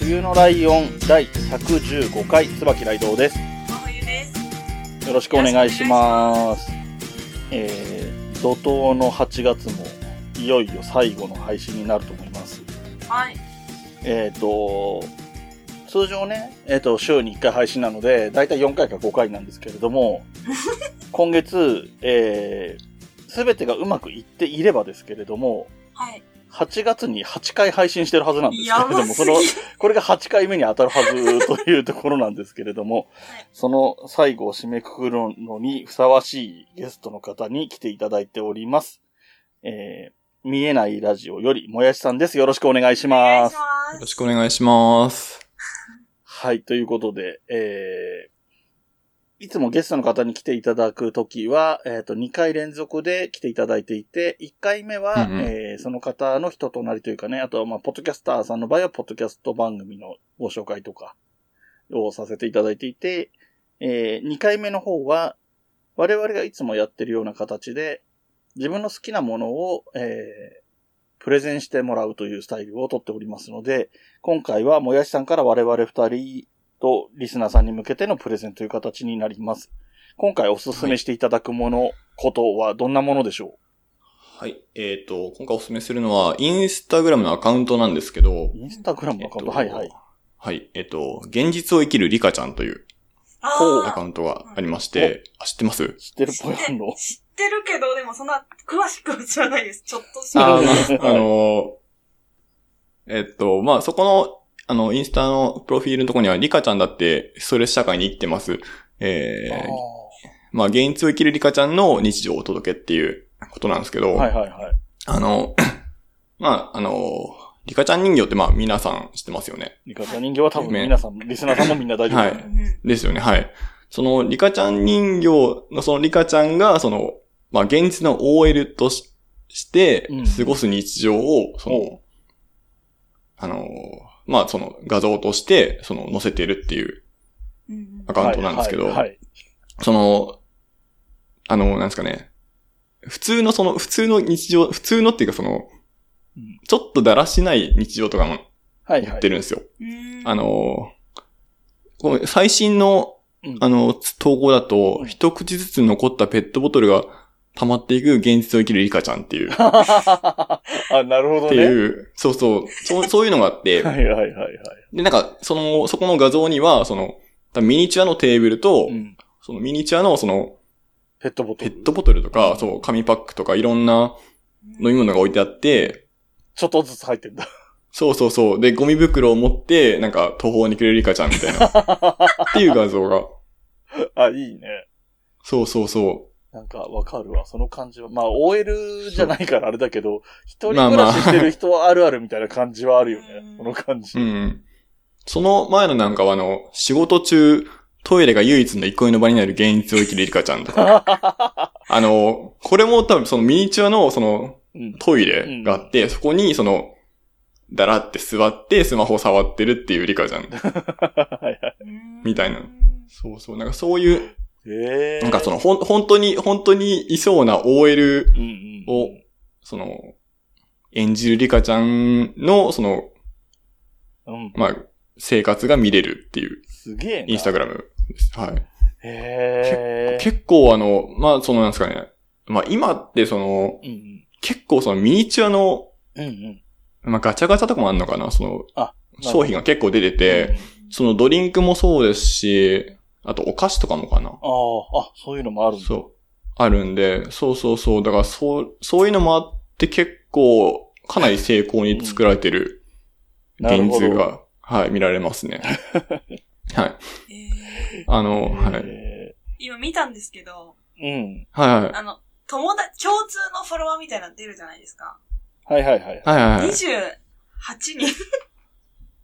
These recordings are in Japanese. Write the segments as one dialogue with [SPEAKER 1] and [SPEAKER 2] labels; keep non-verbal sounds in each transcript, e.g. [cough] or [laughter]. [SPEAKER 1] 冬のライオン第115回、椿雷道です。
[SPEAKER 2] 真冬です
[SPEAKER 1] よろしくお願いします。えー、怒涛の8月も、いよいよ最後の配信になると思います。
[SPEAKER 2] はい
[SPEAKER 1] えっ、と、通常ね、えっ、と、週に1回配信なので、だいたい4回か5回なんですけれ
[SPEAKER 2] [laughs]
[SPEAKER 1] ども、今月、えー、すべてがうまくいっていればですけれども、
[SPEAKER 2] はい
[SPEAKER 1] 8月に8回配信してるはずなんですけ
[SPEAKER 2] や
[SPEAKER 1] れど
[SPEAKER 2] ば
[SPEAKER 1] も、
[SPEAKER 2] す
[SPEAKER 1] そ
[SPEAKER 2] ぎ
[SPEAKER 1] の、これが8回目に当たるはずというところなんですけれども
[SPEAKER 2] い、
[SPEAKER 1] その最後を締めくくるのにふさわしいゲストの方に来ていただいております。えー、見えないラジオよりもやしさんです。よろしくお願いし
[SPEAKER 2] お願
[SPEAKER 1] ま
[SPEAKER 2] いし
[SPEAKER 1] す。
[SPEAKER 2] ます
[SPEAKER 3] よろしくお願いします。
[SPEAKER 1] はい、ということで、えー、いつもゲストの方に来ていただくときは、えっ、と、2回連続で来ていただいていて、1回目は、
[SPEAKER 3] うんうん
[SPEAKER 1] えーその方の人となりというかね、あとは、まあ、ポッドキャスターさんの場合は、ポッドキャスト番組のご紹介とかをさせていただいていて、え2回目の方は、我々がいつもやってるような形で、自分の好きなものを、えープレゼンしてもらうというスタイルをとっておりますので、今回はもやしさんから我々二人とリスナーさんに向けてのプレゼンという形になります。今回おすすめしていただくもの、ことはどんなものでしょ
[SPEAKER 3] はい。えっ、と、今回お勧めするのは、インスタグラムのアカウントなんですけど
[SPEAKER 1] う、インスタグラムのアカウント、はいはい。。
[SPEAKER 3] はい。えっ、と、現実を生きるリカちゃんという
[SPEAKER 1] ほう
[SPEAKER 3] ア
[SPEAKER 2] あ
[SPEAKER 3] カウントがありまして、あ、知ってます
[SPEAKER 1] 知ってるっぽい反応
[SPEAKER 2] ー。知ってるけどでもそんな詳しくは知らないですちょっとし
[SPEAKER 1] あ
[SPEAKER 2] か
[SPEAKER 3] あ
[SPEAKER 1] ーま
[SPEAKER 3] ー、 [laughs] まあ、あのー、えっ、と、まあ、そこの、あの、インスタのプロフィールのところには、リカちゃんだって、ストレス社会に生きてます。え
[SPEAKER 1] あ
[SPEAKER 3] ー、まあ、現実を生きるリカちゃんの日常をお届けっていうことなんですけど、
[SPEAKER 1] ーはいはいはい。
[SPEAKER 3] あの、 [coughs] まあ、あの、リカちゃん人形ってまあ皆さん知ってますよね。
[SPEAKER 1] リカちゃん人形は多分皆さん、リスナーさんもみんな大丈夫。
[SPEAKER 3] は
[SPEAKER 2] う
[SPEAKER 3] い
[SPEAKER 2] ん
[SPEAKER 3] ですよね、はい。そのリカちゃん人形のそのリカちゃんがその、まあ現実の OL としして
[SPEAKER 1] うん
[SPEAKER 3] 過ごす日常を、その、
[SPEAKER 1] お
[SPEAKER 3] あの、まあその画像としてその載せてるっていう
[SPEAKER 2] うん
[SPEAKER 3] アカウントなんですけど、
[SPEAKER 1] はいはい
[SPEAKER 3] その、あの、なんですかね、普通のその、普通の日常、普通のっていうかその
[SPEAKER 1] うん、
[SPEAKER 3] ちょっとだらしない日常とかも
[SPEAKER 1] はい。
[SPEAKER 3] やって
[SPEAKER 1] る。
[SPEAKER 3] るんですよ。
[SPEAKER 2] うん
[SPEAKER 3] あのーこの最新の
[SPEAKER 1] うん、
[SPEAKER 3] あの、投稿だと
[SPEAKER 1] う、ん
[SPEAKER 3] 一口ずつ残ったペットボトルが溜まっていく現実を生きるリカちゃんっ
[SPEAKER 1] [laughs]
[SPEAKER 3] ていう、っ
[SPEAKER 1] あ、なるほど
[SPEAKER 3] て
[SPEAKER 1] ね。
[SPEAKER 3] いう、そうそう、
[SPEAKER 1] [laughs]
[SPEAKER 3] そうそういうのがあって、
[SPEAKER 1] はいはいはいはい。
[SPEAKER 3] で、なんか、その、そこの画像には、その、ミニチュアのテーブルと、
[SPEAKER 1] うん
[SPEAKER 3] そのミニチュアのその、
[SPEAKER 1] ペットボト
[SPEAKER 3] ペ
[SPEAKER 1] ル。
[SPEAKER 3] ットボトルとか、そう、紙パックとかいろんな飲み物が置いてあって、
[SPEAKER 1] ちょっとずつ入ってんだ。 [laughs]
[SPEAKER 3] そうそうそう。で、ゴミ袋を持って、なんか、途方に暮れるリカちゃんみ
[SPEAKER 1] [laughs]
[SPEAKER 3] たいな、っていう画像が。
[SPEAKER 1] あ、いいね。
[SPEAKER 3] そうそうそう。
[SPEAKER 1] なんかわかるわ、その感じは。まあ、OL じゃないからあれだけど、一人暮らししてる人はあるあるみたいな感じはあるよね。
[SPEAKER 2] まあ
[SPEAKER 1] その
[SPEAKER 2] ま
[SPEAKER 1] 感じ。
[SPEAKER 3] うん。その前のなんかはあの、仕事中、トイレが唯一の憩いの場になる現実を生きるリカちゃんとか。 [laughs] あの、これも多分そのミニチュアのその
[SPEAKER 1] うん。 [laughs]
[SPEAKER 3] トイレがあって、そこにその、だらって座ってスマホ触ってるっていうリカちゃ [laughs] ん。
[SPEAKER 1] はいはい。
[SPEAKER 2] うん
[SPEAKER 3] みたいな
[SPEAKER 2] うん
[SPEAKER 3] そうそう、なんかそういう、
[SPEAKER 1] ええー。
[SPEAKER 3] なんかそのほん、本当に、本当にいそうな OL
[SPEAKER 1] うんうん。
[SPEAKER 3] を、その、演じるリカちゃんの、その、
[SPEAKER 1] うん。
[SPEAKER 3] まあ、生活が見れるっていう、
[SPEAKER 1] すげえな。
[SPEAKER 3] インスタ
[SPEAKER 1] グ
[SPEAKER 3] グラムです。はい。
[SPEAKER 1] ラム。へえ。
[SPEAKER 3] 結構あの、まあ、そのなんですかね。まあ、今ってその、
[SPEAKER 1] うんうん。
[SPEAKER 3] 結構そのミニチュアの、
[SPEAKER 1] うんうん。
[SPEAKER 3] まあ、ガチャガチャとかもあんのかなその
[SPEAKER 1] あ、なるほど
[SPEAKER 3] 商品が結構出てて、そのドリンクもそうですし、あとお菓子とかもかな
[SPEAKER 1] ああ、あ、そういうのもあるんだ。
[SPEAKER 3] そう。あるんで、そうそうそう。だから、そう、そういうのもあって結構、かなり成功に作られてる
[SPEAKER 1] なる
[SPEAKER 3] 現
[SPEAKER 1] ほど
[SPEAKER 3] 実が、はい、見られます
[SPEAKER 1] [laughs]
[SPEAKER 3] ね。はい。
[SPEAKER 2] えー
[SPEAKER 3] あの、はい。はい
[SPEAKER 1] へ
[SPEAKER 2] 今見たんですけど
[SPEAKER 1] ーうん。
[SPEAKER 3] はい。
[SPEAKER 2] あの友達共通のフォロワーみたいなの出るじゃないですか
[SPEAKER 1] はいはいはい。
[SPEAKER 3] はいはいはい。
[SPEAKER 2] 28人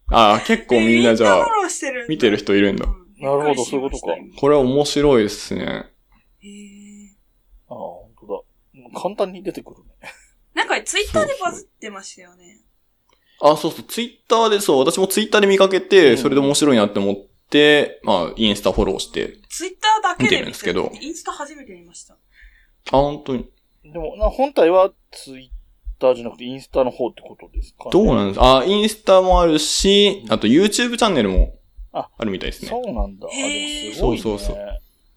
[SPEAKER 3] ああ、結構みんなじ
[SPEAKER 2] み
[SPEAKER 3] ゃ
[SPEAKER 2] フ
[SPEAKER 3] あ、
[SPEAKER 2] ォローしてるんだ
[SPEAKER 3] 見てる人いるんだ
[SPEAKER 2] う。ん
[SPEAKER 1] なるほどそういうことか
[SPEAKER 2] びっくりしまし
[SPEAKER 3] これは面白いですね。
[SPEAKER 2] たへー
[SPEAKER 1] ああ、本当だ。簡単に出てくるね。
[SPEAKER 2] なんかツイッターでバズってましたよね。
[SPEAKER 3] あ、そうそう、ツイッターで、そう、私もツイッターで見かけ
[SPEAKER 1] う
[SPEAKER 3] て、
[SPEAKER 1] ん
[SPEAKER 3] それで面白いなって思って、まあ、インスタフォローして。
[SPEAKER 2] ツイッターだけで
[SPEAKER 3] 見てるんですけど
[SPEAKER 2] インスタ初めて見ました。
[SPEAKER 3] あ、本当に。
[SPEAKER 1] でも、な本体はツイッターじゃなくてインスタの方ってことですかね、
[SPEAKER 3] どうなんですかあ、インスタもあるし
[SPEAKER 1] う、ん
[SPEAKER 3] あと YouTube チャンネルも
[SPEAKER 1] あ
[SPEAKER 3] あるみたいですね。
[SPEAKER 1] そうなんだ。あ、
[SPEAKER 2] へー
[SPEAKER 1] でもすごい、ね。
[SPEAKER 3] そうそうそう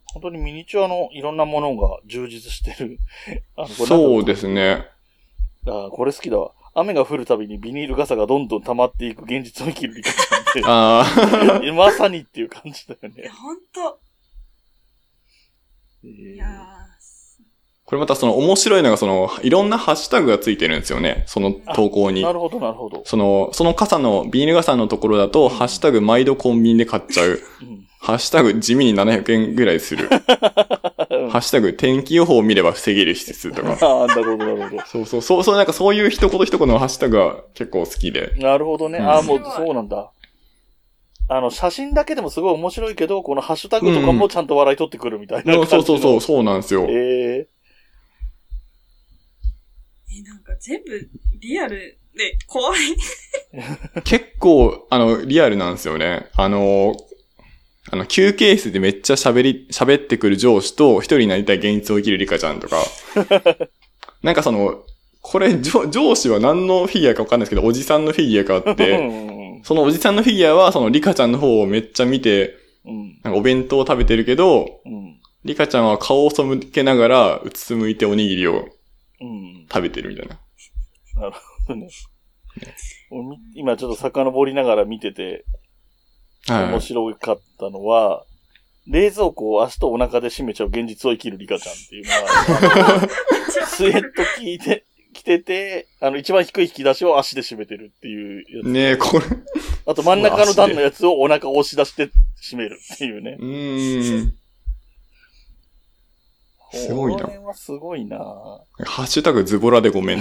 [SPEAKER 1] 本当にミニチュアのいろんなものが充実してる。 [laughs] あのこれ
[SPEAKER 3] そう
[SPEAKER 1] なんだ
[SPEAKER 3] ですね。
[SPEAKER 1] あーこれ好きだわ。雨が降るたびにビニール傘がどんどん溜まっていく現実を生きる理解なん
[SPEAKER 3] あ
[SPEAKER 1] てまさにっていう感じだよ
[SPEAKER 2] いや、
[SPEAKER 1] ね。
[SPEAKER 2] ほんと。いや
[SPEAKER 3] ー [laughs] これまたその面白いのが、その、いろんなハッシュタグがついてるんですよね。その投稿に
[SPEAKER 1] な。るほど、なるほど。
[SPEAKER 3] その、その傘の、ビニール傘のところだと、ハッシュタグ毎度コンビニで買っちゃう。
[SPEAKER 1] うん。
[SPEAKER 3] ハッシュタグ地味に700円ぐらいする。ハッシュタグ天気予報を見れば防げる施設とか。
[SPEAKER 1] [laughs] ああ、なるほど、なるほど。
[SPEAKER 3] そうそう、そう、そう、なんかそういう一言一言のハッシュタグは結構好きで。
[SPEAKER 1] なるほどね。
[SPEAKER 3] うん
[SPEAKER 1] ああ、もう
[SPEAKER 2] すごい
[SPEAKER 1] そうなんだ。あの、写真だけでもすごい面白いけど、このハッシュタグとかもちゃんと笑い取ってくるみたいな
[SPEAKER 3] そ
[SPEAKER 1] 感
[SPEAKER 3] う
[SPEAKER 1] じの、
[SPEAKER 3] そうそう、そうなんですよ。
[SPEAKER 1] ええ
[SPEAKER 2] え、なんか全部リアルで怖い。
[SPEAKER 3] 結構、あの、リアルなんですよね。あの、あの、休憩室でめっちゃ喋り、喋ってくる上司と、一人になりたい現実を生きるリカちゃ
[SPEAKER 1] [laughs]
[SPEAKER 3] んとか。なんかその、これ、上上司は何のフィギュアかわかんないですけど、おじさんのフィギュアがあって、
[SPEAKER 1] うん
[SPEAKER 3] そのおじさんのフィギュアは、そのリカちゃんの方をめっちゃ見て、
[SPEAKER 1] うん。
[SPEAKER 3] なんかお弁当を食べてるけど、
[SPEAKER 1] うん。
[SPEAKER 3] リカちゃんは顔を背けながら、うつむいておにぎりを
[SPEAKER 1] うん。
[SPEAKER 3] 食べてるみたいな。
[SPEAKER 1] 俺み今ちょっと遡りながら見てて、
[SPEAKER 3] は
[SPEAKER 1] 面
[SPEAKER 3] い。
[SPEAKER 1] 白かったのは、冷蔵庫を足とお腹で締めちゃう現実を生きるリカちゃんっていう
[SPEAKER 3] [laughs]
[SPEAKER 1] のが、スウェット着いて、着てて、あの、一番低い引き出しを足で締めてるっていうやつ。
[SPEAKER 3] ねえ、これ、う
[SPEAKER 1] あと真ん中の段のやつをお腹を押し出して締めるっていうね。
[SPEAKER 3] ーん。すごいな
[SPEAKER 1] これはすごいな
[SPEAKER 3] ハッシュタグズボラでごめん。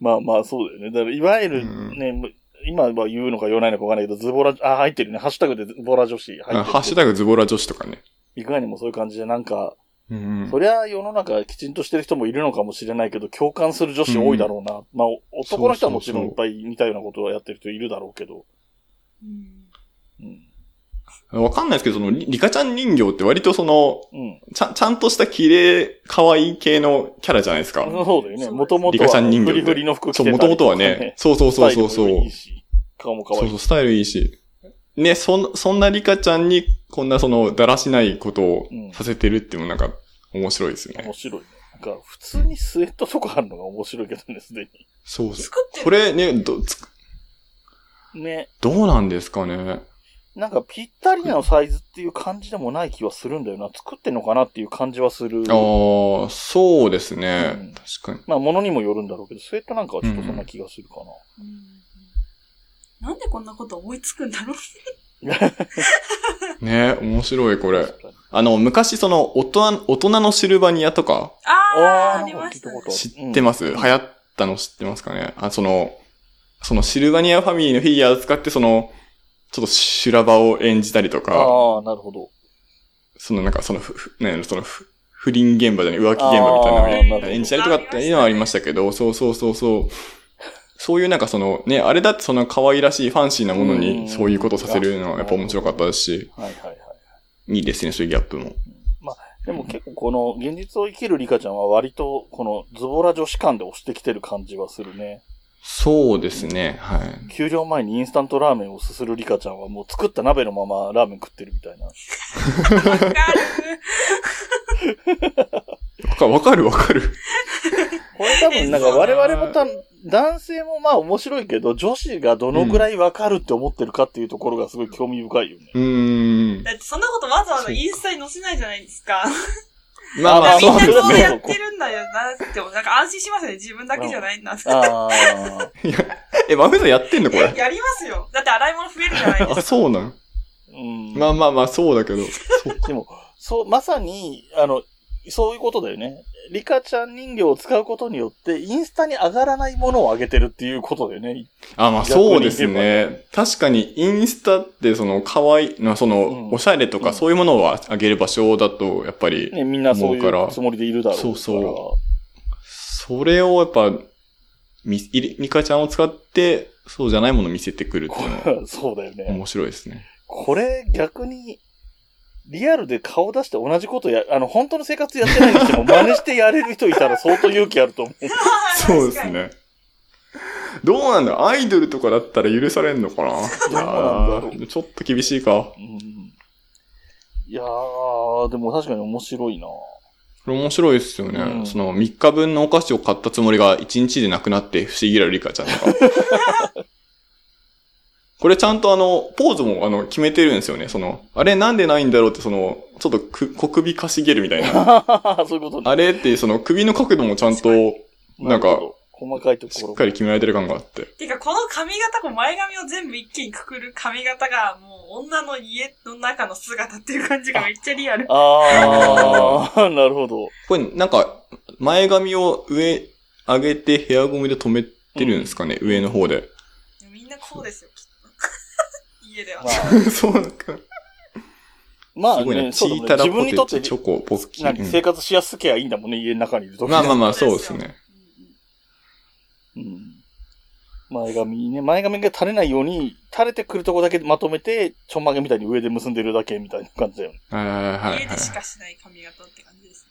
[SPEAKER 1] まあまあ、そうだよね。だから、いわゆるね、今は言うのか言わないのかわかんないけど、ズボラ、あ、入ってるね。ハッシュタグでズボラ女子入ってる。
[SPEAKER 3] あハッシュタグズボラ女子とかね。
[SPEAKER 1] いかにもそういう感じで、なんか、
[SPEAKER 3] うん
[SPEAKER 1] そりゃ世の中きちんとしてる人もいるのかもしれないけど、共感する女子多いだろうな。まあ、男の人はもちろんいっぱい似たようなことをやってる人いるだろうけど。
[SPEAKER 2] うん
[SPEAKER 1] うん。
[SPEAKER 3] わかんないですけど、その、リリカちゃん人形って割とその、
[SPEAKER 1] うん。
[SPEAKER 3] ちゃんちゃんとした綺麗、可愛い系のキャラじゃないですか。
[SPEAKER 1] そうだよね。もとも
[SPEAKER 3] リ
[SPEAKER 1] と
[SPEAKER 3] カちゃ
[SPEAKER 1] は、
[SPEAKER 3] ん人
[SPEAKER 1] フ
[SPEAKER 3] 形って
[SPEAKER 1] リフリの服着
[SPEAKER 3] そう、
[SPEAKER 1] てたりと
[SPEAKER 3] も
[SPEAKER 1] か
[SPEAKER 3] ともとはね、。そうそうそうそうそ
[SPEAKER 1] スタ
[SPEAKER 3] う。
[SPEAKER 1] イルもいいし顔も可
[SPEAKER 3] そ
[SPEAKER 1] 愛い
[SPEAKER 3] うそう、
[SPEAKER 1] し。
[SPEAKER 3] スタイルいいし。ね、そん、そんなリカちゃんに、こんなその、だらしないことを
[SPEAKER 1] うん
[SPEAKER 3] させてるっていうのもなんか、面白いですよね
[SPEAKER 1] 面。白いね。なんか、普通にスウェットとかあるのが面白いけどね、すで
[SPEAKER 3] そうそう。
[SPEAKER 2] 作ってる
[SPEAKER 3] これね、ど、つ
[SPEAKER 1] に。ね。
[SPEAKER 3] どうなんですかね。
[SPEAKER 1] なんか、ぴったりなサイズっていう感じでもない気はするんだよな。作ってんのかなっていう感じはする。
[SPEAKER 3] ああ、そうですね。
[SPEAKER 1] うん
[SPEAKER 3] 確かに。
[SPEAKER 1] まあ、ものにもよるんだろうけど、スウェットなんかはちょっとそんな気がするか
[SPEAKER 2] うんなんでこんなこと思いつくんだろう
[SPEAKER 3] ね、面白い、こ
[SPEAKER 1] な。
[SPEAKER 3] れ。
[SPEAKER 1] 確かに
[SPEAKER 3] あの、昔その、大人、大人のシルバニアとか、
[SPEAKER 2] あー、
[SPEAKER 1] あー
[SPEAKER 2] ありましたね
[SPEAKER 1] なんか聞いたことある
[SPEAKER 3] 知ってます、流行ったの知ってますかねあ、その、そのシルバニアファミリーのフィギュアを使って、その、ちょっと修羅場を演じたりとか、
[SPEAKER 1] ああ、なるほど。
[SPEAKER 3] そのなんかその、ふふね、その、ふ不倫現場じゃない、浮気現場みたいなのを
[SPEAKER 1] あー
[SPEAKER 3] 演
[SPEAKER 1] なるほど
[SPEAKER 3] 演じたりとかっていうのはありましたけど、そうそうそうそう。そういうなんかその、ね、あれだってその可愛らしいファンシーなもの
[SPEAKER 1] うん
[SPEAKER 3] にそういうことさせるのはやっぱ面白かったですし、
[SPEAKER 1] はいはいはい。
[SPEAKER 3] いいですね、そういうギャップも。
[SPEAKER 1] でも結構この現実を生きるリカちゃんは割とこのズボラ女子感で押してきてる感じはするね。
[SPEAKER 3] そうですね、はい。
[SPEAKER 1] 給料前にインスタントラーメンをすするリカちゃんはもう作った鍋のままラーメン食ってるみたいな。
[SPEAKER 2] わかる。
[SPEAKER 3] わかわかるわかる。
[SPEAKER 1] これ多分なんか我々もた、男性もまあ面白いけど、女子がどのぐらいわかるって思ってるかっていうところがすごい興味深いよね。
[SPEAKER 3] うーん。
[SPEAKER 2] だってそんなことわざわざインスタに載せないじゃないですか。
[SPEAKER 3] まあま
[SPEAKER 1] あ
[SPEAKER 2] み
[SPEAKER 3] あ、
[SPEAKER 2] ん
[SPEAKER 3] そう
[SPEAKER 2] な
[SPEAKER 3] です
[SPEAKER 2] そう
[SPEAKER 3] ね。
[SPEAKER 2] やってるんだよなって思う。なんか安心しますよね。自分だけじゃないんだって。
[SPEAKER 1] ああ。
[SPEAKER 3] え、マフさんやってんのこれ。
[SPEAKER 2] やりますよ。だって洗い物増えるじゃないです
[SPEAKER 3] [laughs] あ、そうなん。
[SPEAKER 1] うん。
[SPEAKER 3] まあまあまあ、そうだけど。
[SPEAKER 1] でも、そう、まさに、あの、そういうことだよね。リカちゃん人形を使うことによって、インスタに上がらないものを上げてるっていうことだよね。
[SPEAKER 3] あ、まあ
[SPEAKER 1] 逆に
[SPEAKER 3] そうですね。確かにインスタってその可愛い、まあそ
[SPEAKER 1] うん
[SPEAKER 3] のおしゃれと
[SPEAKER 1] う
[SPEAKER 3] か
[SPEAKER 1] ん
[SPEAKER 3] そういうものをあげる場所だと、やっぱり、
[SPEAKER 1] ね、みんなそうい
[SPEAKER 3] 思うから
[SPEAKER 1] うつもりでいるだろうから。
[SPEAKER 3] そうそそれをやっぱ、み、いりミカちゃんを使って、そうじゃないものを見せてくるっていうのは
[SPEAKER 1] そうだよね。
[SPEAKER 3] 面白いですね。
[SPEAKER 1] これ逆に、リアルで顔出して同じことや、あの、本当の生活やってないにしても真似してやれる人いた
[SPEAKER 3] [laughs]
[SPEAKER 1] ら相当勇気あると思う。
[SPEAKER 2] [laughs]
[SPEAKER 3] そうですね。 [laughs] どうなんだアイドルとかだったら許されんのかな
[SPEAKER 1] どうなんだろう
[SPEAKER 3] いやーちょっと厳しい
[SPEAKER 1] う
[SPEAKER 3] か。
[SPEAKER 1] ん、いやー、でも確かに面白
[SPEAKER 3] [laughs]
[SPEAKER 1] いな
[SPEAKER 3] これ面白いですよね。
[SPEAKER 1] うん
[SPEAKER 3] その3日分のお菓子を買ったつもりが1日でなくなって不思議なリカちゃんとか。 [laughs] これちゃんとあの、ポーズもあの、決めてるんですよね。その、あれなんでないんだろうってその、ちょっとく小首かしげるみたいな。
[SPEAKER 1] [laughs] そういうことね。
[SPEAKER 3] あれってその首の角度もちゃんとなんか
[SPEAKER 1] るほど、細かいと
[SPEAKER 3] し
[SPEAKER 1] こ
[SPEAKER 3] っ
[SPEAKER 1] ろ。
[SPEAKER 3] かり決められてる感があって。
[SPEAKER 2] てか、この髪型、こう前髪を全部一気にくくる髪型が、もう女の家の中の姿っていう感じがめっちゃリアル。
[SPEAKER 1] あー、 [laughs] なるほど。
[SPEAKER 3] これなんか、前髪を上、上げてヘアゴムで止めてるんですかね、上の
[SPEAKER 1] [laughs]
[SPEAKER 3] 方で。
[SPEAKER 2] みんなこうですよ、きっと。家では
[SPEAKER 1] ま。
[SPEAKER 3] そうなんか。
[SPEAKER 1] あ、ますあ
[SPEAKER 3] ごいな。
[SPEAKER 1] ね、
[SPEAKER 3] チ
[SPEAKER 1] そうだもん
[SPEAKER 3] ー
[SPEAKER 1] ね
[SPEAKER 3] タラ
[SPEAKER 1] 自
[SPEAKER 3] ポ
[SPEAKER 1] 分に
[SPEAKER 3] テ
[SPEAKER 1] とって
[SPEAKER 3] チ、チョコ、ポッキー。
[SPEAKER 1] 何
[SPEAKER 3] うん
[SPEAKER 1] 生活しやすけりゃいいんだもんね、家の中にいるとき。
[SPEAKER 3] まあまあまあ、そうですね。
[SPEAKER 1] うん前髪ね、前髪が垂れないように、垂れてくるとこだけまとめて、ちょんまげみたいに上で結んでるだけみたいな感じだよね。
[SPEAKER 3] はいはいはいはい
[SPEAKER 2] 家でしかしない髪型って感じです。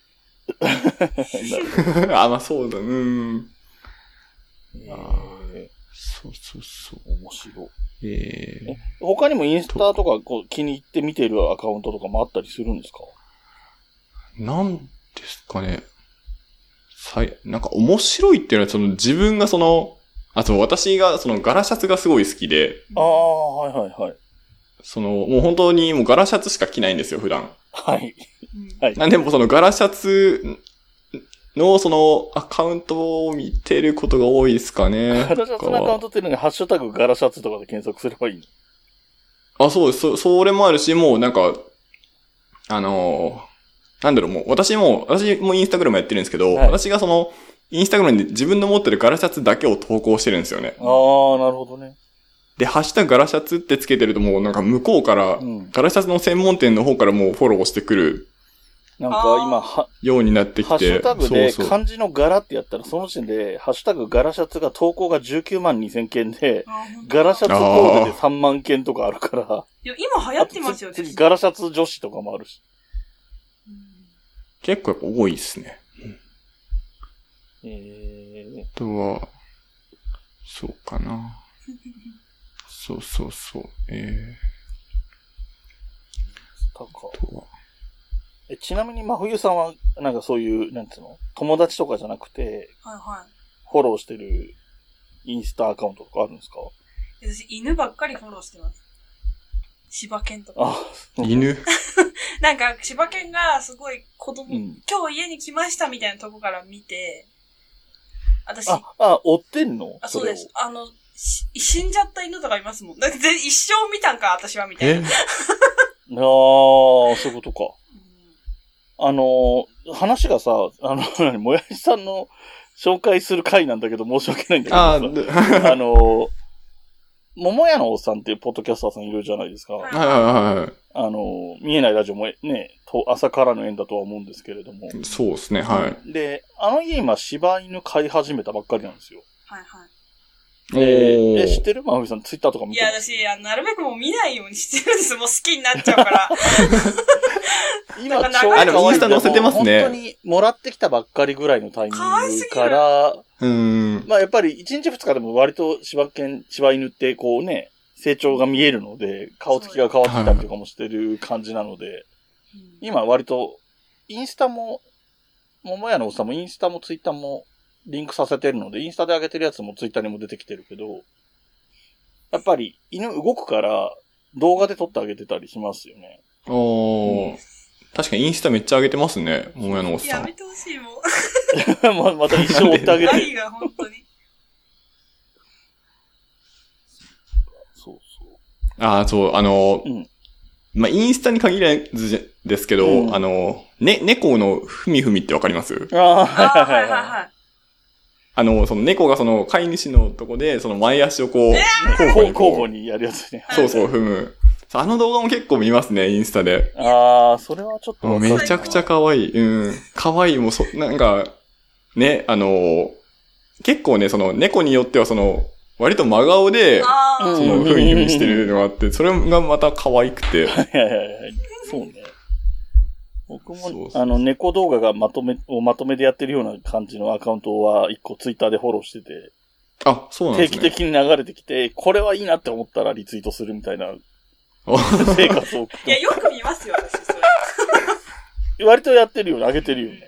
[SPEAKER 3] [laughs] あ、まあそうだ、うーん。
[SPEAKER 1] え
[SPEAKER 3] そうそうそう。
[SPEAKER 1] ー面白い。
[SPEAKER 3] えー、
[SPEAKER 1] 他にもインスタとかこう気に入って見てるアカウントとかもあったりするんですか
[SPEAKER 3] なんですかね。さい、なんか面白いっていうのは、その自分がその、あと私がそのガラシャツがすごい好きで、
[SPEAKER 1] ああ、はいはいはい。
[SPEAKER 3] そのもう本当にもうガラシャツしか着ないんですよ、普段。
[SPEAKER 1] はい。
[SPEAKER 2] うん
[SPEAKER 1] はい
[SPEAKER 3] なんでもそのガラシャツのそのアカウントを見てることが多いです
[SPEAKER 1] [laughs]
[SPEAKER 3] かね。
[SPEAKER 1] ガラシャツのアカウン
[SPEAKER 3] ト
[SPEAKER 1] トっていうのに、ハッシュタグガラシャツとかで検索すればいいの
[SPEAKER 3] あ、そうです。そ、それもあるし、もうなんか、あのーなんだろう、もう、私も、私もインスタグラムやってるんですけど、
[SPEAKER 1] はい
[SPEAKER 3] 私がその、インスタグラムで自分の持ってるガラシャツだけを投稿してるんですよね。
[SPEAKER 1] ああ、なるほどね。
[SPEAKER 3] で、ハッシュタグガラシャツってつけてるともうなんか向こうから、
[SPEAKER 1] うん。
[SPEAKER 3] ガラシャツの専門店の方からもうフォローしてくる
[SPEAKER 1] なんか今、は
[SPEAKER 3] ようになってきて。
[SPEAKER 1] ハッシュタグで
[SPEAKER 3] そうそう。
[SPEAKER 1] 漢字の柄ってやったら、その時点で、ハッシュタグガラシャツが投稿が19万2000件で、
[SPEAKER 2] あー本当だ
[SPEAKER 1] ガラシャツコーデで3万件とかあるから、
[SPEAKER 2] いや今流行ってますよ
[SPEAKER 1] あと次
[SPEAKER 2] ね。
[SPEAKER 1] ガラシャツ女子とかもある
[SPEAKER 2] う
[SPEAKER 1] し。
[SPEAKER 2] ん
[SPEAKER 3] 結構やっぱ多いですね。
[SPEAKER 1] えー、
[SPEAKER 3] あとは、そう
[SPEAKER 1] [laughs]
[SPEAKER 3] かな。そうそうそう。え
[SPEAKER 1] とか
[SPEAKER 3] ー、あとは。
[SPEAKER 1] えちなみに真冬さんは、なんかそういう、なんつうの、友達とかじゃなくて、
[SPEAKER 2] はいは
[SPEAKER 1] フォローしてるインスタアカウントとかあるんですか
[SPEAKER 2] い。私、犬ばっかりフォローしてます。柴犬とか。
[SPEAKER 1] あ、
[SPEAKER 3] 犬
[SPEAKER 2] なんか、柴犬がすごい子供、
[SPEAKER 1] うん。
[SPEAKER 2] 今日家に来ましたみたいなとこから見て、私、あ
[SPEAKER 1] あ、あ、追ってんの
[SPEAKER 2] そうです
[SPEAKER 1] れ。
[SPEAKER 2] あの、し死んじゃった犬とかいますもん。だって一生見たんか、私は、みたいな。
[SPEAKER 3] え
[SPEAKER 2] うん
[SPEAKER 1] をあー、そういうことか。あのー話がさ、あの、 [laughs] 何もやしさんの紹介する回なんだけど、申し訳ないんだ
[SPEAKER 3] ああ、
[SPEAKER 1] けど
[SPEAKER 3] で
[SPEAKER 1] [laughs] [laughs] さ、あのー、桃屋のおっさんっていうポッドキャスターさんいるじゃないですか。
[SPEAKER 2] はい
[SPEAKER 3] はいはいはいは
[SPEAKER 1] あのー、見えないラジオもね、と朝からの縁だとは思うんですけれども。
[SPEAKER 3] い。そうですね、はい。
[SPEAKER 1] で、あの家今柴犬飼い始めたばっかりなんですよ。
[SPEAKER 2] はいはい。
[SPEAKER 3] お
[SPEAKER 1] で、え、知っ
[SPEAKER 3] ー。
[SPEAKER 1] てるまふみさん、ツイッターとか見
[SPEAKER 2] い
[SPEAKER 1] てる
[SPEAKER 2] や、私、あのなるべくもう見ないようにしてるんです。もう好きになっちゃうから。な
[SPEAKER 1] 今
[SPEAKER 2] んか長いあでもインスタ
[SPEAKER 3] 載せてますね
[SPEAKER 1] 本当にもらってきたばっかりぐらいのタイミ
[SPEAKER 2] かわい
[SPEAKER 1] ン
[SPEAKER 2] す
[SPEAKER 1] グ
[SPEAKER 2] ぎる
[SPEAKER 1] から、
[SPEAKER 3] うーん。
[SPEAKER 1] まあやっぱり1日2日でも割と柴犬、柴犬ってこうね、成長が見えるので、顔つきが変わってきたりとかもしてる感じなので、
[SPEAKER 2] うん
[SPEAKER 1] 今割と、インスタも、桃屋のおっさんもインスタもツイッターもリンクさせてるので、インスタで上げてるやつもツイッターにも出てきてるけど、やっぱり犬動くから動画で撮ってあげてたりしますよね。 [laughs]
[SPEAKER 3] おー。確かにインスタめっちゃ上げてますね、桃屋のおっさ
[SPEAKER 2] や
[SPEAKER 3] ん
[SPEAKER 2] め。てほしい、もう。
[SPEAKER 1] ままた一生追ってあげて。
[SPEAKER 2] 愛が本当に。
[SPEAKER 1] そうそう。
[SPEAKER 3] ああ、そう、あのー
[SPEAKER 1] うん
[SPEAKER 3] まあ、インスタに限らずじゃですけど、
[SPEAKER 1] うん
[SPEAKER 3] あの、ね、猫のふみふみってわかります
[SPEAKER 1] ああ、
[SPEAKER 2] あーは
[SPEAKER 1] はいい
[SPEAKER 2] はい
[SPEAKER 1] はいは
[SPEAKER 2] はい。
[SPEAKER 3] あの、その猫がその飼い主のとこで、その前足をこう、
[SPEAKER 1] い。
[SPEAKER 3] 交互
[SPEAKER 1] 交
[SPEAKER 3] にこう
[SPEAKER 1] 互にやるやつね。
[SPEAKER 3] そうそう踏む。そうあの動画も結構見ますね、インスタで。
[SPEAKER 1] ああ、それはちょっと
[SPEAKER 3] もう
[SPEAKER 1] わかる
[SPEAKER 3] めちゃくちゃ可愛い。うん。可愛いもうそ、なんか、ね、あのー結構ね、その猫によってはその、割と真顔で、
[SPEAKER 2] ああ、
[SPEAKER 1] う
[SPEAKER 3] そ
[SPEAKER 1] ん
[SPEAKER 3] の、ふみふみしてるのがあって、それがまた可愛くて。
[SPEAKER 1] いやいやいや、そうね。僕も、
[SPEAKER 3] そうそうそう
[SPEAKER 1] あの、猫動画がまとめ、をまとめでやってるような感じのアカウントは、一個ツイッターでフォローしてて、
[SPEAKER 3] あ、そうなんで
[SPEAKER 1] 定
[SPEAKER 3] す
[SPEAKER 1] 期
[SPEAKER 3] ね。
[SPEAKER 1] 的に流れてきて、これはいいなって思ったらリツイートするみたい
[SPEAKER 3] [laughs]
[SPEAKER 1] な
[SPEAKER 3] お
[SPEAKER 1] 生活を送っ
[SPEAKER 2] いや、
[SPEAKER 1] て
[SPEAKER 2] よく見ますよ、私、それ。
[SPEAKER 1] 割とやってるよね、上げてるよね。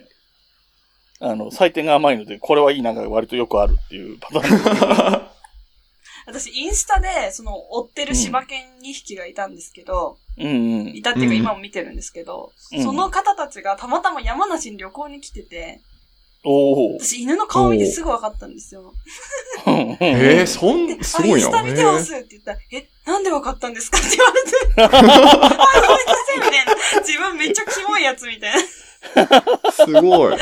[SPEAKER 1] あの、採点が甘いので、これはいいなが割とよくあるっていうパターン。
[SPEAKER 2] 私、インスタで、その、追ってる柴犬2匹がいたんですけど、
[SPEAKER 1] うんうん
[SPEAKER 2] い。たっていうか
[SPEAKER 3] うん
[SPEAKER 2] 今も見てるんですけど、
[SPEAKER 1] うん
[SPEAKER 2] その方たちがたまたま山梨に旅行に来てて、
[SPEAKER 1] おお。
[SPEAKER 2] 私、犬の顔見てすぐ分かったんですよ。
[SPEAKER 3] えー、
[SPEAKER 1] え
[SPEAKER 3] そん、
[SPEAKER 2] で、
[SPEAKER 3] す
[SPEAKER 2] あ、イ
[SPEAKER 3] ご
[SPEAKER 2] ン
[SPEAKER 3] いな
[SPEAKER 2] スタ。見てますって言ったら、え、なんで分かったんですかって言われて、あ、ごめんなさい、みたいな。自分めっちゃキモいやつみたいな。
[SPEAKER 3] えーすごい。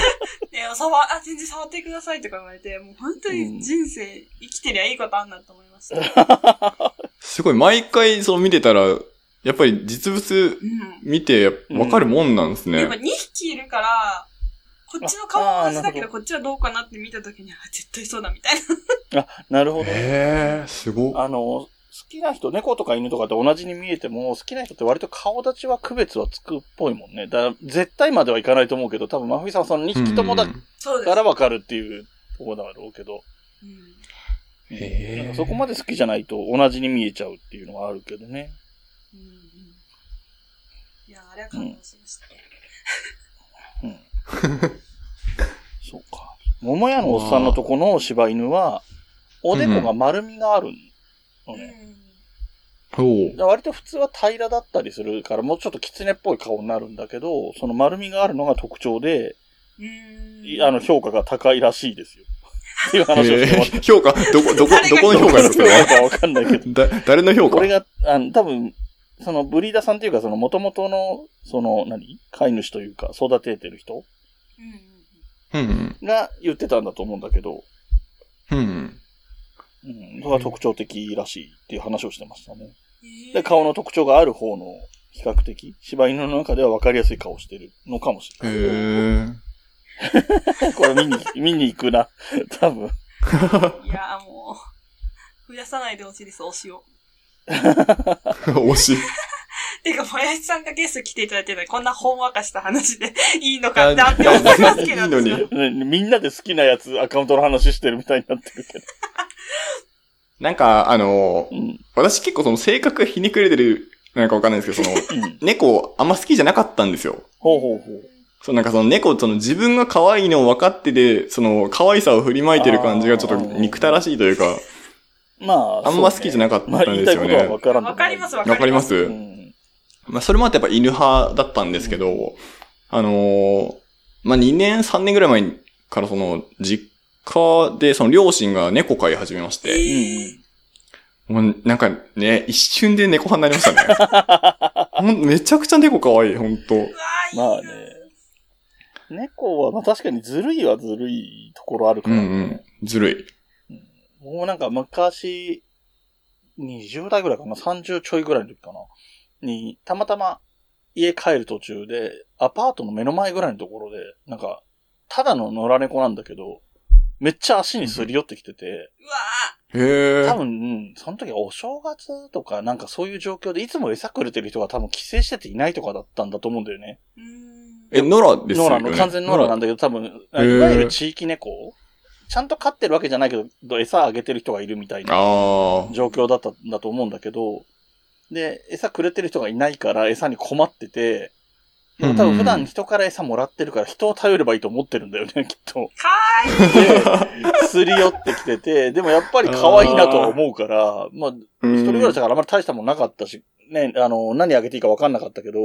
[SPEAKER 2] で、触、あ、全然触ってくださいとか言われて、もう本当に人生、生きてりゃいいことあんなと思いました。う
[SPEAKER 3] すごい、毎回そう見てたら、やっぱり実物
[SPEAKER 2] ん。
[SPEAKER 3] 見てわかるもんなんですね。
[SPEAKER 2] やっぱ2匹いるから、こっちの顔
[SPEAKER 1] あ
[SPEAKER 2] は
[SPEAKER 1] あー
[SPEAKER 2] 同じだけ
[SPEAKER 1] なる
[SPEAKER 2] ど、こっちはどうかなって見たときに、あ、絶対そうだみたいな。
[SPEAKER 1] [laughs] なるほど。
[SPEAKER 3] へえー、すごい。
[SPEAKER 1] あの、好きな人、猫とか犬とかって同じに見えても、好きな人って割と顔立ちは区別はつくっぽいもんね。だから、絶対まではいかないと思うけど、多分、まふみさんはその2匹ともだ
[SPEAKER 3] うん
[SPEAKER 1] か
[SPEAKER 2] そう
[SPEAKER 1] らわかるっていうところだろうけど、
[SPEAKER 2] うん
[SPEAKER 3] へ
[SPEAKER 1] なん
[SPEAKER 3] ー
[SPEAKER 1] かそこまで好きじゃないと同じに見えちゃうっていうのはあるけどね。
[SPEAKER 2] うんうんいや、あれは感動しましたね。
[SPEAKER 1] そうか。桃屋のおっさんのとこの柴犬は、おでこが丸みがあるのね。
[SPEAKER 3] おう
[SPEAKER 1] だから割と普通は平らだったりするから、もうちょっと狐っぽい顔になるんだけど、その丸みがあるのが特徴で、
[SPEAKER 2] うん。
[SPEAKER 1] いあの、評価が高いらしいですよ。っていう話をしてます。
[SPEAKER 3] えー評価、どこ、どこ、どこの評価です
[SPEAKER 1] どこの評
[SPEAKER 3] かね
[SPEAKER 1] 価かわかんないけど。
[SPEAKER 3] だ、誰の評価
[SPEAKER 1] これが、あの、多分、そのブリーダーさんっていうか、その元々の、その、何飼い主というか、育ててる人
[SPEAKER 2] うんうん
[SPEAKER 3] うん
[SPEAKER 1] が言ってたんだと思うんだけど、
[SPEAKER 3] うん。うん。
[SPEAKER 1] うん、それは特徴的らしいっていう話をしてましたね。
[SPEAKER 2] うん
[SPEAKER 1] で、顔の特徴がある方の、比較的、柴犬の中では分かりやすい顔をしてるのかもし
[SPEAKER 3] へ
[SPEAKER 1] れない。
[SPEAKER 3] え。
[SPEAKER 1] これ見に、見に行くな。多分。
[SPEAKER 2] いや、もう、増やさないでほしいです、推しを。
[SPEAKER 3] [laughs] 惜しい。
[SPEAKER 2] てか、もやしさんがゲスト来ていただいてるのに、こんなほんわかした話でいいのかってあって思いますけど。
[SPEAKER 3] いいのに
[SPEAKER 2] 私は
[SPEAKER 1] ねみんなで好きなやつ、アカウントの話してるみたいになってるけど。
[SPEAKER 3] なんか、あの
[SPEAKER 1] う、ん。
[SPEAKER 3] 私結構その性格がひねくれてる、なんかわかんないんですけど、 [laughs] その、
[SPEAKER 1] うん。
[SPEAKER 3] 猫あんま好きじゃなかったんですよ。
[SPEAKER 1] ほうほうほう。
[SPEAKER 3] そう、なんかその猫、その自分が可愛いのを分かってて、その可愛さを振りまいてる感じがちょっと憎たらしいというか、
[SPEAKER 1] まあ、
[SPEAKER 3] あんま好きじゃなかった
[SPEAKER 1] まあ、
[SPEAKER 3] ん
[SPEAKER 1] 言い
[SPEAKER 3] で
[SPEAKER 1] た
[SPEAKER 3] す
[SPEAKER 1] い
[SPEAKER 3] よ
[SPEAKER 1] ことは
[SPEAKER 3] ね
[SPEAKER 1] 分。からんでも
[SPEAKER 2] わ
[SPEAKER 1] ない。
[SPEAKER 2] かります、わ
[SPEAKER 3] わ
[SPEAKER 2] か
[SPEAKER 3] か
[SPEAKER 2] り
[SPEAKER 3] り
[SPEAKER 2] ま。
[SPEAKER 3] ますす
[SPEAKER 1] うん。
[SPEAKER 3] まあ、それもあってやっぱ犬派だったんですけど、あのーまあ、2年、3年ぐらい前からその、実家で、その両親が猫飼い始めまし
[SPEAKER 2] え
[SPEAKER 3] て、
[SPEAKER 2] ー
[SPEAKER 3] もうなんかね、一瞬で猫派になりました
[SPEAKER 1] [laughs]
[SPEAKER 3] ね。ほんめちゃくちゃ猫可愛い、ほんと。
[SPEAKER 2] うわーいいな
[SPEAKER 1] まあね。猫は、まあ確かにずるいはずるいところあるか
[SPEAKER 3] う
[SPEAKER 1] ら
[SPEAKER 3] ん
[SPEAKER 1] ね。
[SPEAKER 3] うん。ずる
[SPEAKER 1] もうなんか昔、20代ぐらいかな、30ちょいぐらいの時かな、に、たまたま家帰る途中で、アパートの目の前ぐらいのところで、なんか、ただの野良猫なんだけど、めっちゃ足にすり寄ってきてて、
[SPEAKER 2] うわ
[SPEAKER 3] い。へえ。
[SPEAKER 1] 多分、うんその時はお正月とかなんかそういう状況で、いつも餌くれてる人が多分帰省してていないとかだったんだと思うんだよね。
[SPEAKER 2] ーうん
[SPEAKER 3] え、ノラです
[SPEAKER 1] 野
[SPEAKER 3] よね。
[SPEAKER 1] 良の、完全野良なんだけど、多分、いわ
[SPEAKER 3] へー
[SPEAKER 1] ゆる地域猫ちゃんと飼ってるわけじゃないけど、餌あげてる人がいるみたいな。
[SPEAKER 3] あ
[SPEAKER 1] 状況だったんだと思うんだけど、で、餌くれてる人がいないから餌に困ってて、でも多分普段人から餌もらってるから人を頼ればいいと思ってるんだよね、 [laughs] きっ
[SPEAKER 3] [laughs]
[SPEAKER 1] と。
[SPEAKER 2] か
[SPEAKER 1] ですり寄ってきてて、でもやっぱり可愛いなとは思うから、まあ、
[SPEAKER 3] あ。
[SPEAKER 1] 一
[SPEAKER 3] 一
[SPEAKER 1] 人暮らしだからあんまり大したもんなかったし、ね、あの、何あげていいか分かんなかったけど、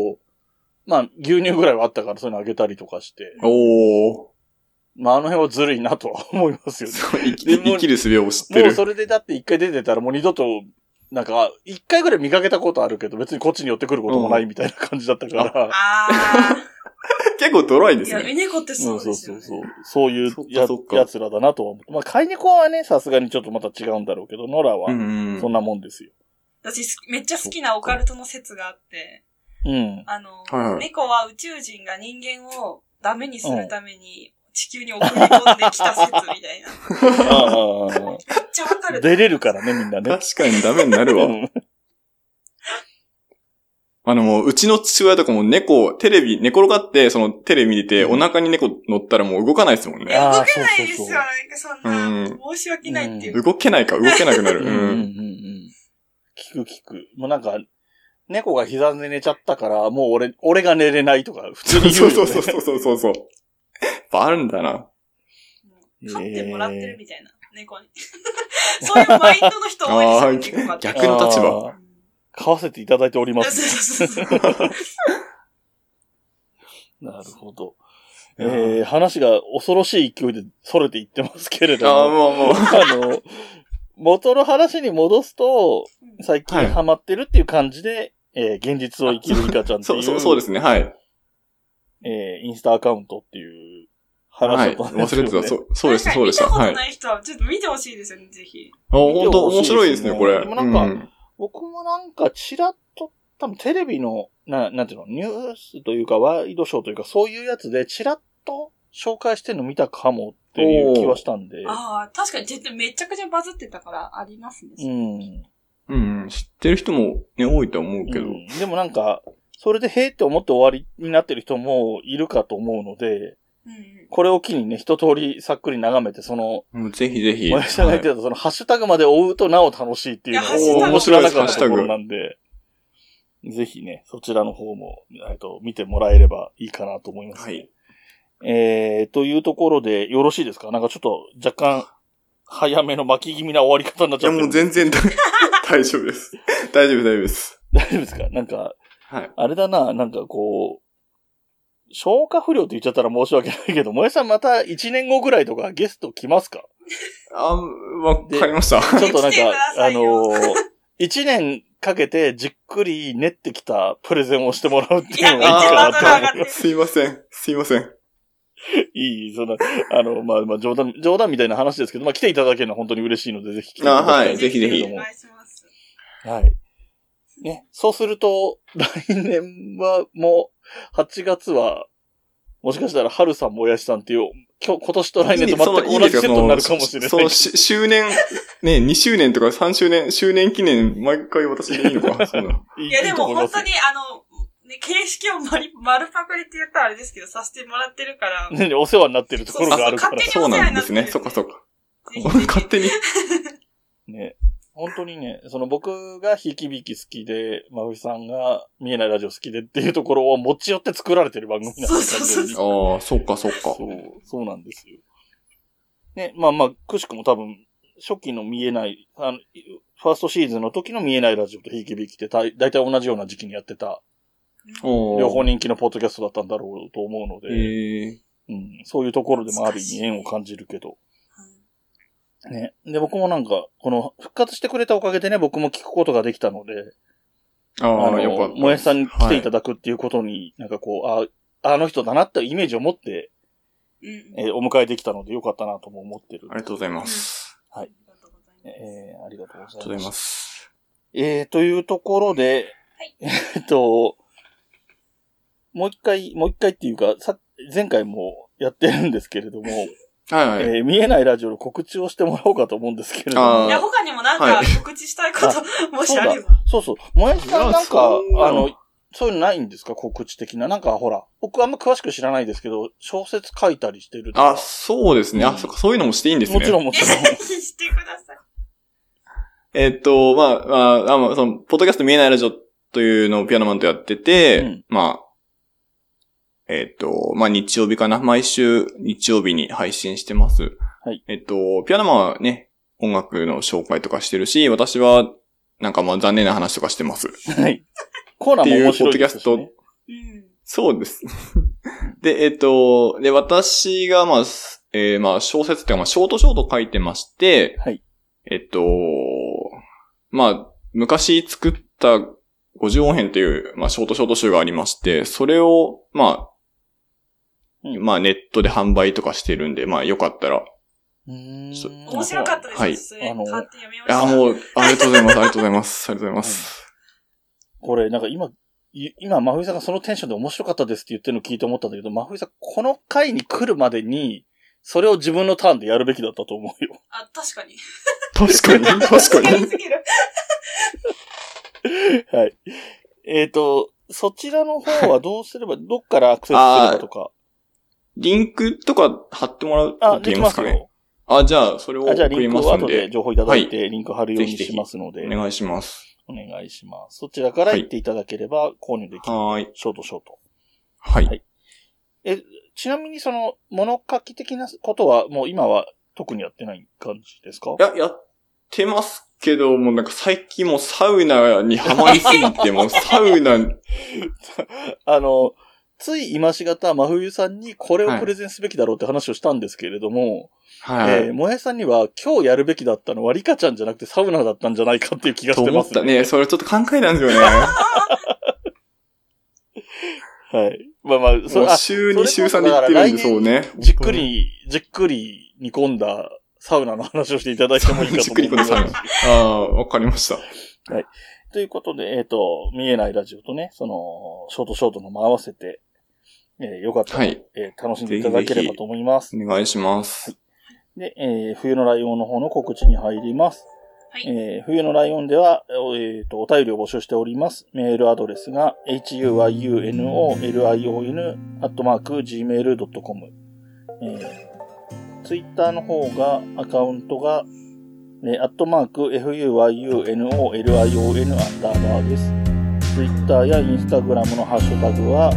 [SPEAKER 1] まあ、牛乳ぐらいはあったからそういうのあげたりとかして、
[SPEAKER 3] おー。
[SPEAKER 1] まあ、あの辺はずるいなとは思いますよね。
[SPEAKER 3] そう生き生きる術を知って
[SPEAKER 1] もう
[SPEAKER 3] る。
[SPEAKER 1] それでだって一回出てたらもう二度となんか、一回ぐらい見かけたことあるけど、別にこっちに寄ってくることもないみたいな感じだったから、
[SPEAKER 2] あ
[SPEAKER 3] 結構ドライ
[SPEAKER 2] ー。
[SPEAKER 3] で
[SPEAKER 2] い
[SPEAKER 3] す
[SPEAKER 2] や、
[SPEAKER 3] ね。
[SPEAKER 2] エネコって
[SPEAKER 1] う
[SPEAKER 2] そ
[SPEAKER 1] ん、
[SPEAKER 2] う
[SPEAKER 1] そ
[SPEAKER 2] で
[SPEAKER 1] う
[SPEAKER 2] す
[SPEAKER 1] そ
[SPEAKER 2] よ
[SPEAKER 1] う
[SPEAKER 2] ね。
[SPEAKER 1] そう。そういう
[SPEAKER 3] そっか
[SPEAKER 1] や
[SPEAKER 3] そっか
[SPEAKER 1] やつらだなとは思って。まあ、飼い猫はね、さすがにちょっとまた違うんだろうけど、ノラは
[SPEAKER 3] う、んうん。
[SPEAKER 1] そんなもんですよ。
[SPEAKER 2] 私す、めっちゃ好きなオカルトの説があって、
[SPEAKER 1] うん。
[SPEAKER 2] あの、
[SPEAKER 3] はいはい
[SPEAKER 2] 猫は宇宙人が人間をダメにするために地球に送り込んできた説みたいな。
[SPEAKER 1] ああああ
[SPEAKER 2] めっちゃわか
[SPEAKER 3] [laughs]
[SPEAKER 1] あ
[SPEAKER 2] る。
[SPEAKER 1] [laughs] 出れるからね、みんなね。
[SPEAKER 3] 確かにダメになるわ
[SPEAKER 1] う。ん
[SPEAKER 3] あの、もう、うちの父親とかも猫、テレビ、寝転がって、そのテレビ見てて、
[SPEAKER 1] う
[SPEAKER 3] お
[SPEAKER 1] ん
[SPEAKER 3] 腹に猫乗ったらもう動かないですもん
[SPEAKER 2] いや
[SPEAKER 3] ね。
[SPEAKER 1] あー
[SPEAKER 2] 動けないですよ。
[SPEAKER 1] そうそうそう
[SPEAKER 2] なんかそんな、申し訳ないっていうか。
[SPEAKER 3] 動けないか、動けなくなる。
[SPEAKER 1] う
[SPEAKER 3] うん
[SPEAKER 1] うんうん
[SPEAKER 3] ん。
[SPEAKER 1] うん。聞く聞く。もうなんか、猫が膝で寝ちゃったから、もう俺、俺が寝れないとか、普通
[SPEAKER 3] そう
[SPEAKER 1] に言うよ、
[SPEAKER 3] そう
[SPEAKER 1] ね。
[SPEAKER 3] そうそうそうそうそう。あるんだな。
[SPEAKER 1] うん
[SPEAKER 2] 飼ってもらってるみたいな、猫に。 [laughs] そういうマインドの人多いですよね、結構あって。
[SPEAKER 3] 逆の立場
[SPEAKER 1] ああ。買わせていただいておりま
[SPEAKER 2] そう
[SPEAKER 3] [laughs]
[SPEAKER 1] す。
[SPEAKER 2] そうそうそう。
[SPEAKER 1] なるほど。
[SPEAKER 3] いやー
[SPEAKER 1] えー、話が恐ろしい勢いで逸れていってますけれど
[SPEAKER 3] ああ、
[SPEAKER 1] も、
[SPEAKER 3] もうも
[SPEAKER 1] [laughs]
[SPEAKER 3] う。
[SPEAKER 1] あの、元の話に戻すと、最近ハマってるっていう感じで、えー現実を生きるリカちゃんって
[SPEAKER 3] そ、
[SPEAKER 1] いうう、
[SPEAKER 3] そう、そうですね。はい。
[SPEAKER 1] えーインスタアカウントっていう
[SPEAKER 3] は
[SPEAKER 1] 話だ
[SPEAKER 3] い。
[SPEAKER 1] ったんです
[SPEAKER 3] 忘
[SPEAKER 1] よ、
[SPEAKER 3] れ
[SPEAKER 1] ね。
[SPEAKER 3] てた。そう、そうでした、そうでした。
[SPEAKER 2] なんか見たこ
[SPEAKER 3] はい
[SPEAKER 2] と。
[SPEAKER 3] あ、
[SPEAKER 2] ない人は、ちょっと見てほしいですよね、ぜひ。
[SPEAKER 3] 本当面白いです
[SPEAKER 1] 見
[SPEAKER 3] ね、
[SPEAKER 1] てほし
[SPEAKER 3] こ
[SPEAKER 1] い
[SPEAKER 3] れ。
[SPEAKER 1] ですねでもなんか
[SPEAKER 3] うん
[SPEAKER 1] 僕もなんかちらっと、多分テレビの、な、なんていうの、ニュースというかワイドショーというかそういうやつでちらっと紹介してるの見たかもっていう気はしたんで。
[SPEAKER 2] ああ、確かに、絶対めちゃくちゃバズってたから、ありますね。
[SPEAKER 1] うん。
[SPEAKER 3] うんうん、知ってる人もね、多いとは思うけ
[SPEAKER 1] う
[SPEAKER 3] ど。
[SPEAKER 1] んでもなんか、それでへーって思って終わりになってる人もいるかと思うので、
[SPEAKER 2] うんうん。
[SPEAKER 1] これを機にね、一通りさっくり眺めて、その、
[SPEAKER 3] うんぜひぜひ。
[SPEAKER 1] 前さんが言ってた、その、ハッシュタグまで追うとなお楽しいっていうの
[SPEAKER 2] いやハッシュタグ
[SPEAKER 1] を面白いなかった
[SPEAKER 3] ハッシュタ
[SPEAKER 1] と
[SPEAKER 3] グ
[SPEAKER 1] ころなんで、ぜひね、そちらの方も、えっと、見てもらえればいいかなと思います、
[SPEAKER 3] は
[SPEAKER 1] ね。
[SPEAKER 3] い。
[SPEAKER 1] えー、というところで、よろしいですかなんかちょっと、若干、早めの巻き気味な終わり方になっ
[SPEAKER 3] い
[SPEAKER 1] ちゃ
[SPEAKER 3] や、
[SPEAKER 1] ってる。
[SPEAKER 3] もう全然大 [laughs] 大丈夫です。大丈夫、大丈夫です。
[SPEAKER 1] [laughs] 大丈夫ですかなんか、
[SPEAKER 3] はい。
[SPEAKER 1] あれだな、なんかこう、消化不良って言っちゃったら申し訳ないけど、もやさんまた1年後ぐらいとかゲスト来ま
[SPEAKER 2] [laughs]
[SPEAKER 1] すか
[SPEAKER 3] あ、わかりました。 [laughs]
[SPEAKER 1] ちょっとなん
[SPEAKER 2] 来てくだ
[SPEAKER 1] か、
[SPEAKER 2] さ
[SPEAKER 1] あ
[SPEAKER 2] い
[SPEAKER 1] の
[SPEAKER 2] よ
[SPEAKER 1] ー、1年かけてじっくり練ってきたプレゼンをしてもらうって
[SPEAKER 2] い
[SPEAKER 1] いう
[SPEAKER 2] や、
[SPEAKER 1] の
[SPEAKER 2] め
[SPEAKER 1] が
[SPEAKER 2] っち
[SPEAKER 1] い
[SPEAKER 2] ゃ
[SPEAKER 1] いか
[SPEAKER 2] バ
[SPEAKER 1] な
[SPEAKER 2] ズ
[SPEAKER 1] と
[SPEAKER 2] ら上
[SPEAKER 1] 思う
[SPEAKER 2] がってる。
[SPEAKER 3] すいません。すいません。
[SPEAKER 1] [laughs] いい、その、あの、まあ、まあ、冗談、冗談みたいな話ですけど、まあ、来ていただけるのは本当に嬉しいので、ぜひ来ていただきたい
[SPEAKER 3] あはいぜひぜひ
[SPEAKER 2] お願いします。
[SPEAKER 1] はい。ね、そうすると、 [laughs] 来年はもう、8月は、もしかしたら、春さんもやしさんっていう、今日、今年と来年と全く同じセットになるかもしれない。
[SPEAKER 3] その、し周年、ね、2周 [laughs] 年とか3周年、周年記念、毎回私でいいの
[SPEAKER 1] [laughs]
[SPEAKER 3] か。そんな
[SPEAKER 1] い
[SPEAKER 2] いや、でも本当。
[SPEAKER 1] いいと思い
[SPEAKER 2] に、あの、ね、形式を丸丸パクリって言ったらあれですけど、させてもらってるから、
[SPEAKER 1] [laughs] ますね、お世話になってるところがあるから。
[SPEAKER 3] そうなんですね。そっかそっか。
[SPEAKER 2] ぜひぜひ
[SPEAKER 3] 勝手に。
[SPEAKER 1] ね。本当にね、その僕がひいきびき好きで、まふさんが見えないラジオ好きでっていうところを持ち寄って作られてる番組なんです
[SPEAKER 2] そうそうそうそ
[SPEAKER 3] ああ、そっかそっか。
[SPEAKER 1] そう、そうなんですよ。ね、まあまあ、くしくも多分、初期の見えない、あの、ファーストシーズンの時の見えないラジオとひいきびきってだい大体同じような時期にやってた、両
[SPEAKER 3] 両
[SPEAKER 1] 方。人気のポッドキャストだったんだろうと思うの
[SPEAKER 3] え
[SPEAKER 1] で、
[SPEAKER 3] ー
[SPEAKER 1] うん、そういうところでもある意味縁を感じるけど、ね。で、僕もなんか、この、復活してくれたおかげでね、僕も聞くことができたので、あ
[SPEAKER 3] ああ、よか
[SPEAKER 1] の、
[SPEAKER 3] った。
[SPEAKER 1] もやしさんに来ていただくっていうことに、なんかこう、ああの人だなってイメージを持って、
[SPEAKER 2] うんうん。
[SPEAKER 1] えーお迎えできたのでよかったなとも思ってる。
[SPEAKER 3] ありがとうございます。
[SPEAKER 2] あ
[SPEAKER 1] はい
[SPEAKER 2] りがとうござい
[SPEAKER 1] え
[SPEAKER 2] ます。
[SPEAKER 1] ーありがとう
[SPEAKER 3] ありが
[SPEAKER 1] ご
[SPEAKER 3] と
[SPEAKER 1] ざ
[SPEAKER 3] うご
[SPEAKER 1] い
[SPEAKER 3] ざい
[SPEAKER 1] ま。
[SPEAKER 3] ますす。
[SPEAKER 1] えー、というところで、
[SPEAKER 2] はい
[SPEAKER 1] えっと、もう一回、もう一回っていうか、さ、前回もやってるんですけれども、
[SPEAKER 3] はいはい。
[SPEAKER 1] えー見えないラジオの告知をしてもらおうかと思うんですけれど
[SPEAKER 3] あー
[SPEAKER 2] い
[SPEAKER 1] も、
[SPEAKER 2] や、他にもなんか
[SPEAKER 3] はい
[SPEAKER 2] 告知したいこと、もしあれば。
[SPEAKER 1] そうそう、もやしさんなん
[SPEAKER 3] いや
[SPEAKER 1] か、
[SPEAKER 3] そんな
[SPEAKER 1] あの、そういうのないんですか告知的な。なんかほら、僕あんま詳しく知らないですけど、小説書いたりしてるとか
[SPEAKER 3] あ、そうですね。
[SPEAKER 1] う
[SPEAKER 3] あ、
[SPEAKER 1] ん
[SPEAKER 3] そっか、そういうのもしていいんですね。
[SPEAKER 1] もち
[SPEAKER 2] [laughs]
[SPEAKER 1] ろんもちろん。
[SPEAKER 2] してください。
[SPEAKER 3] えっと、まあ、まあ、あまあその、ポッドキャスト見えないラジオというのをピアノマンとやってて、
[SPEAKER 1] うん
[SPEAKER 3] まあ、えっと、まあ日曜日かな。毎週日曜日に配信してます。
[SPEAKER 1] はい
[SPEAKER 3] えっと、ピアノマンはね、音楽の紹介とかしてるし、私は、なんかまあ残念な話とかしてます。
[SPEAKER 1] はい。コーナーも面白いですし、
[SPEAKER 3] っていうポッドキャ
[SPEAKER 1] ね
[SPEAKER 3] ス。
[SPEAKER 2] うん。
[SPEAKER 3] そうです。 [laughs] で、えっと、で、私が、まあ、すえーまあ、小説っていうか、まあ、ショートショート書いてまして、
[SPEAKER 1] はい。
[SPEAKER 3] えっと、まあ、昔作った50音編っていう、まあ、ショートショート集がありまして、それを、まあ、
[SPEAKER 1] うん
[SPEAKER 3] まあ、ネットで販売とかしてるんで、まあ、よかったら。そ
[SPEAKER 2] 面白かったです。
[SPEAKER 3] はい
[SPEAKER 2] それ
[SPEAKER 1] あの
[SPEAKER 2] 買って読みまし
[SPEAKER 3] い
[SPEAKER 2] た。
[SPEAKER 3] や、もう、ありがとうございます、ありがとうございます、ありがとうございます。
[SPEAKER 1] これ、なんか今、い今、真冬さんがそのテンションで面白かったですって言ってるの聞いて思ったんだけど、真冬さん、この回に来るまでに、それを自分のターンでやるべきだったと思う
[SPEAKER 3] [laughs]
[SPEAKER 1] よ。
[SPEAKER 2] あ、確かに。
[SPEAKER 3] 確かに、確
[SPEAKER 2] [laughs]
[SPEAKER 3] かに。
[SPEAKER 2] すぎる。
[SPEAKER 1] はい。えっ、と、そちらの方はどうすれば、どっからアクセスするかと
[SPEAKER 3] [laughs]
[SPEAKER 1] か。
[SPEAKER 3] リンクとか貼ってもらう
[SPEAKER 1] あ、
[SPEAKER 3] と
[SPEAKER 1] で
[SPEAKER 3] 言
[SPEAKER 1] き
[SPEAKER 3] いま
[SPEAKER 1] ますす
[SPEAKER 3] かね。
[SPEAKER 1] よ。
[SPEAKER 3] あ、じゃあ、それを
[SPEAKER 1] あ、じゃあ
[SPEAKER 3] 送
[SPEAKER 1] リ
[SPEAKER 3] り
[SPEAKER 1] ンク
[SPEAKER 3] ま
[SPEAKER 1] を
[SPEAKER 3] すん
[SPEAKER 1] 後で
[SPEAKER 3] で、
[SPEAKER 1] 情報いただいて、リンク貼るように
[SPEAKER 3] ぜひぜ
[SPEAKER 1] し
[SPEAKER 3] ひ
[SPEAKER 1] ますので
[SPEAKER 3] お、願いします。
[SPEAKER 1] お願いします。そちらから行っていただければ購入できる。
[SPEAKER 3] はーい。
[SPEAKER 1] ショートショート。
[SPEAKER 3] はい。
[SPEAKER 1] はいちなみにその、物書き的なことは、もう今は特にやってない感じですか
[SPEAKER 3] いや、やってますけど、もうなんか最近もうサウナにハマりすぎて、もうサウナ、
[SPEAKER 1] あの、つい今しがた真冬さんにこれをプレゼンすべきだろうって話をしたんですけれども、
[SPEAKER 3] はい。
[SPEAKER 1] えーもやさんには今日やるべきだったのはリカちゃんじゃなくてサウナだったんじゃないかっていう気が
[SPEAKER 3] と
[SPEAKER 1] して
[SPEAKER 3] 思
[SPEAKER 1] ま
[SPEAKER 3] っ
[SPEAKER 1] す
[SPEAKER 3] たね。それちょっと考えたんですよね。
[SPEAKER 1] はい。まあまあ、 [laughs] そ
[SPEAKER 3] も
[SPEAKER 1] れ
[SPEAKER 3] う
[SPEAKER 1] あ
[SPEAKER 3] 週
[SPEAKER 1] それ
[SPEAKER 3] に
[SPEAKER 1] こそ
[SPEAKER 3] 週3で行ってるんで、そうね。
[SPEAKER 1] じっくり、じっくり煮込んだサウナの話をしていただいてもいいかと
[SPEAKER 3] じっく
[SPEAKER 1] 思
[SPEAKER 3] り
[SPEAKER 1] いま
[SPEAKER 3] この
[SPEAKER 1] す
[SPEAKER 3] サウナ。ああ、わかりました。
[SPEAKER 1] ということで、えっ、と、見えないラジオとね、その、ショートショートのも合わせて、えーよかったら、
[SPEAKER 3] はい。
[SPEAKER 1] えー楽しんでいただければと思います。
[SPEAKER 3] お願いします。
[SPEAKER 1] で、えー冬のライオンの方の告知に入ります。
[SPEAKER 2] はい
[SPEAKER 1] えー冬のライオンでは、えーと、お便りを募集しております。メールアドレスが、huyunolion.gmail.com。えー、ツイッターの方が、アカウントが、えー、アットマーク、fuyunolion アンダーバーです。ツイッターやインスタグラムのハッシュタグは、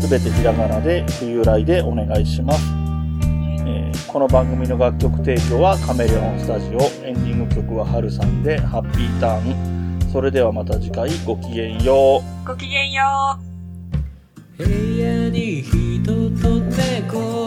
[SPEAKER 1] すべてひらがなで、冬来でお願いします。えーこの番組の楽曲提供はカメレオンスタジオエンディング曲はハルさんでハッピーターンそれではまた次回ごきげんよう
[SPEAKER 2] ごきげんよう。
[SPEAKER 4] 部屋に人と猫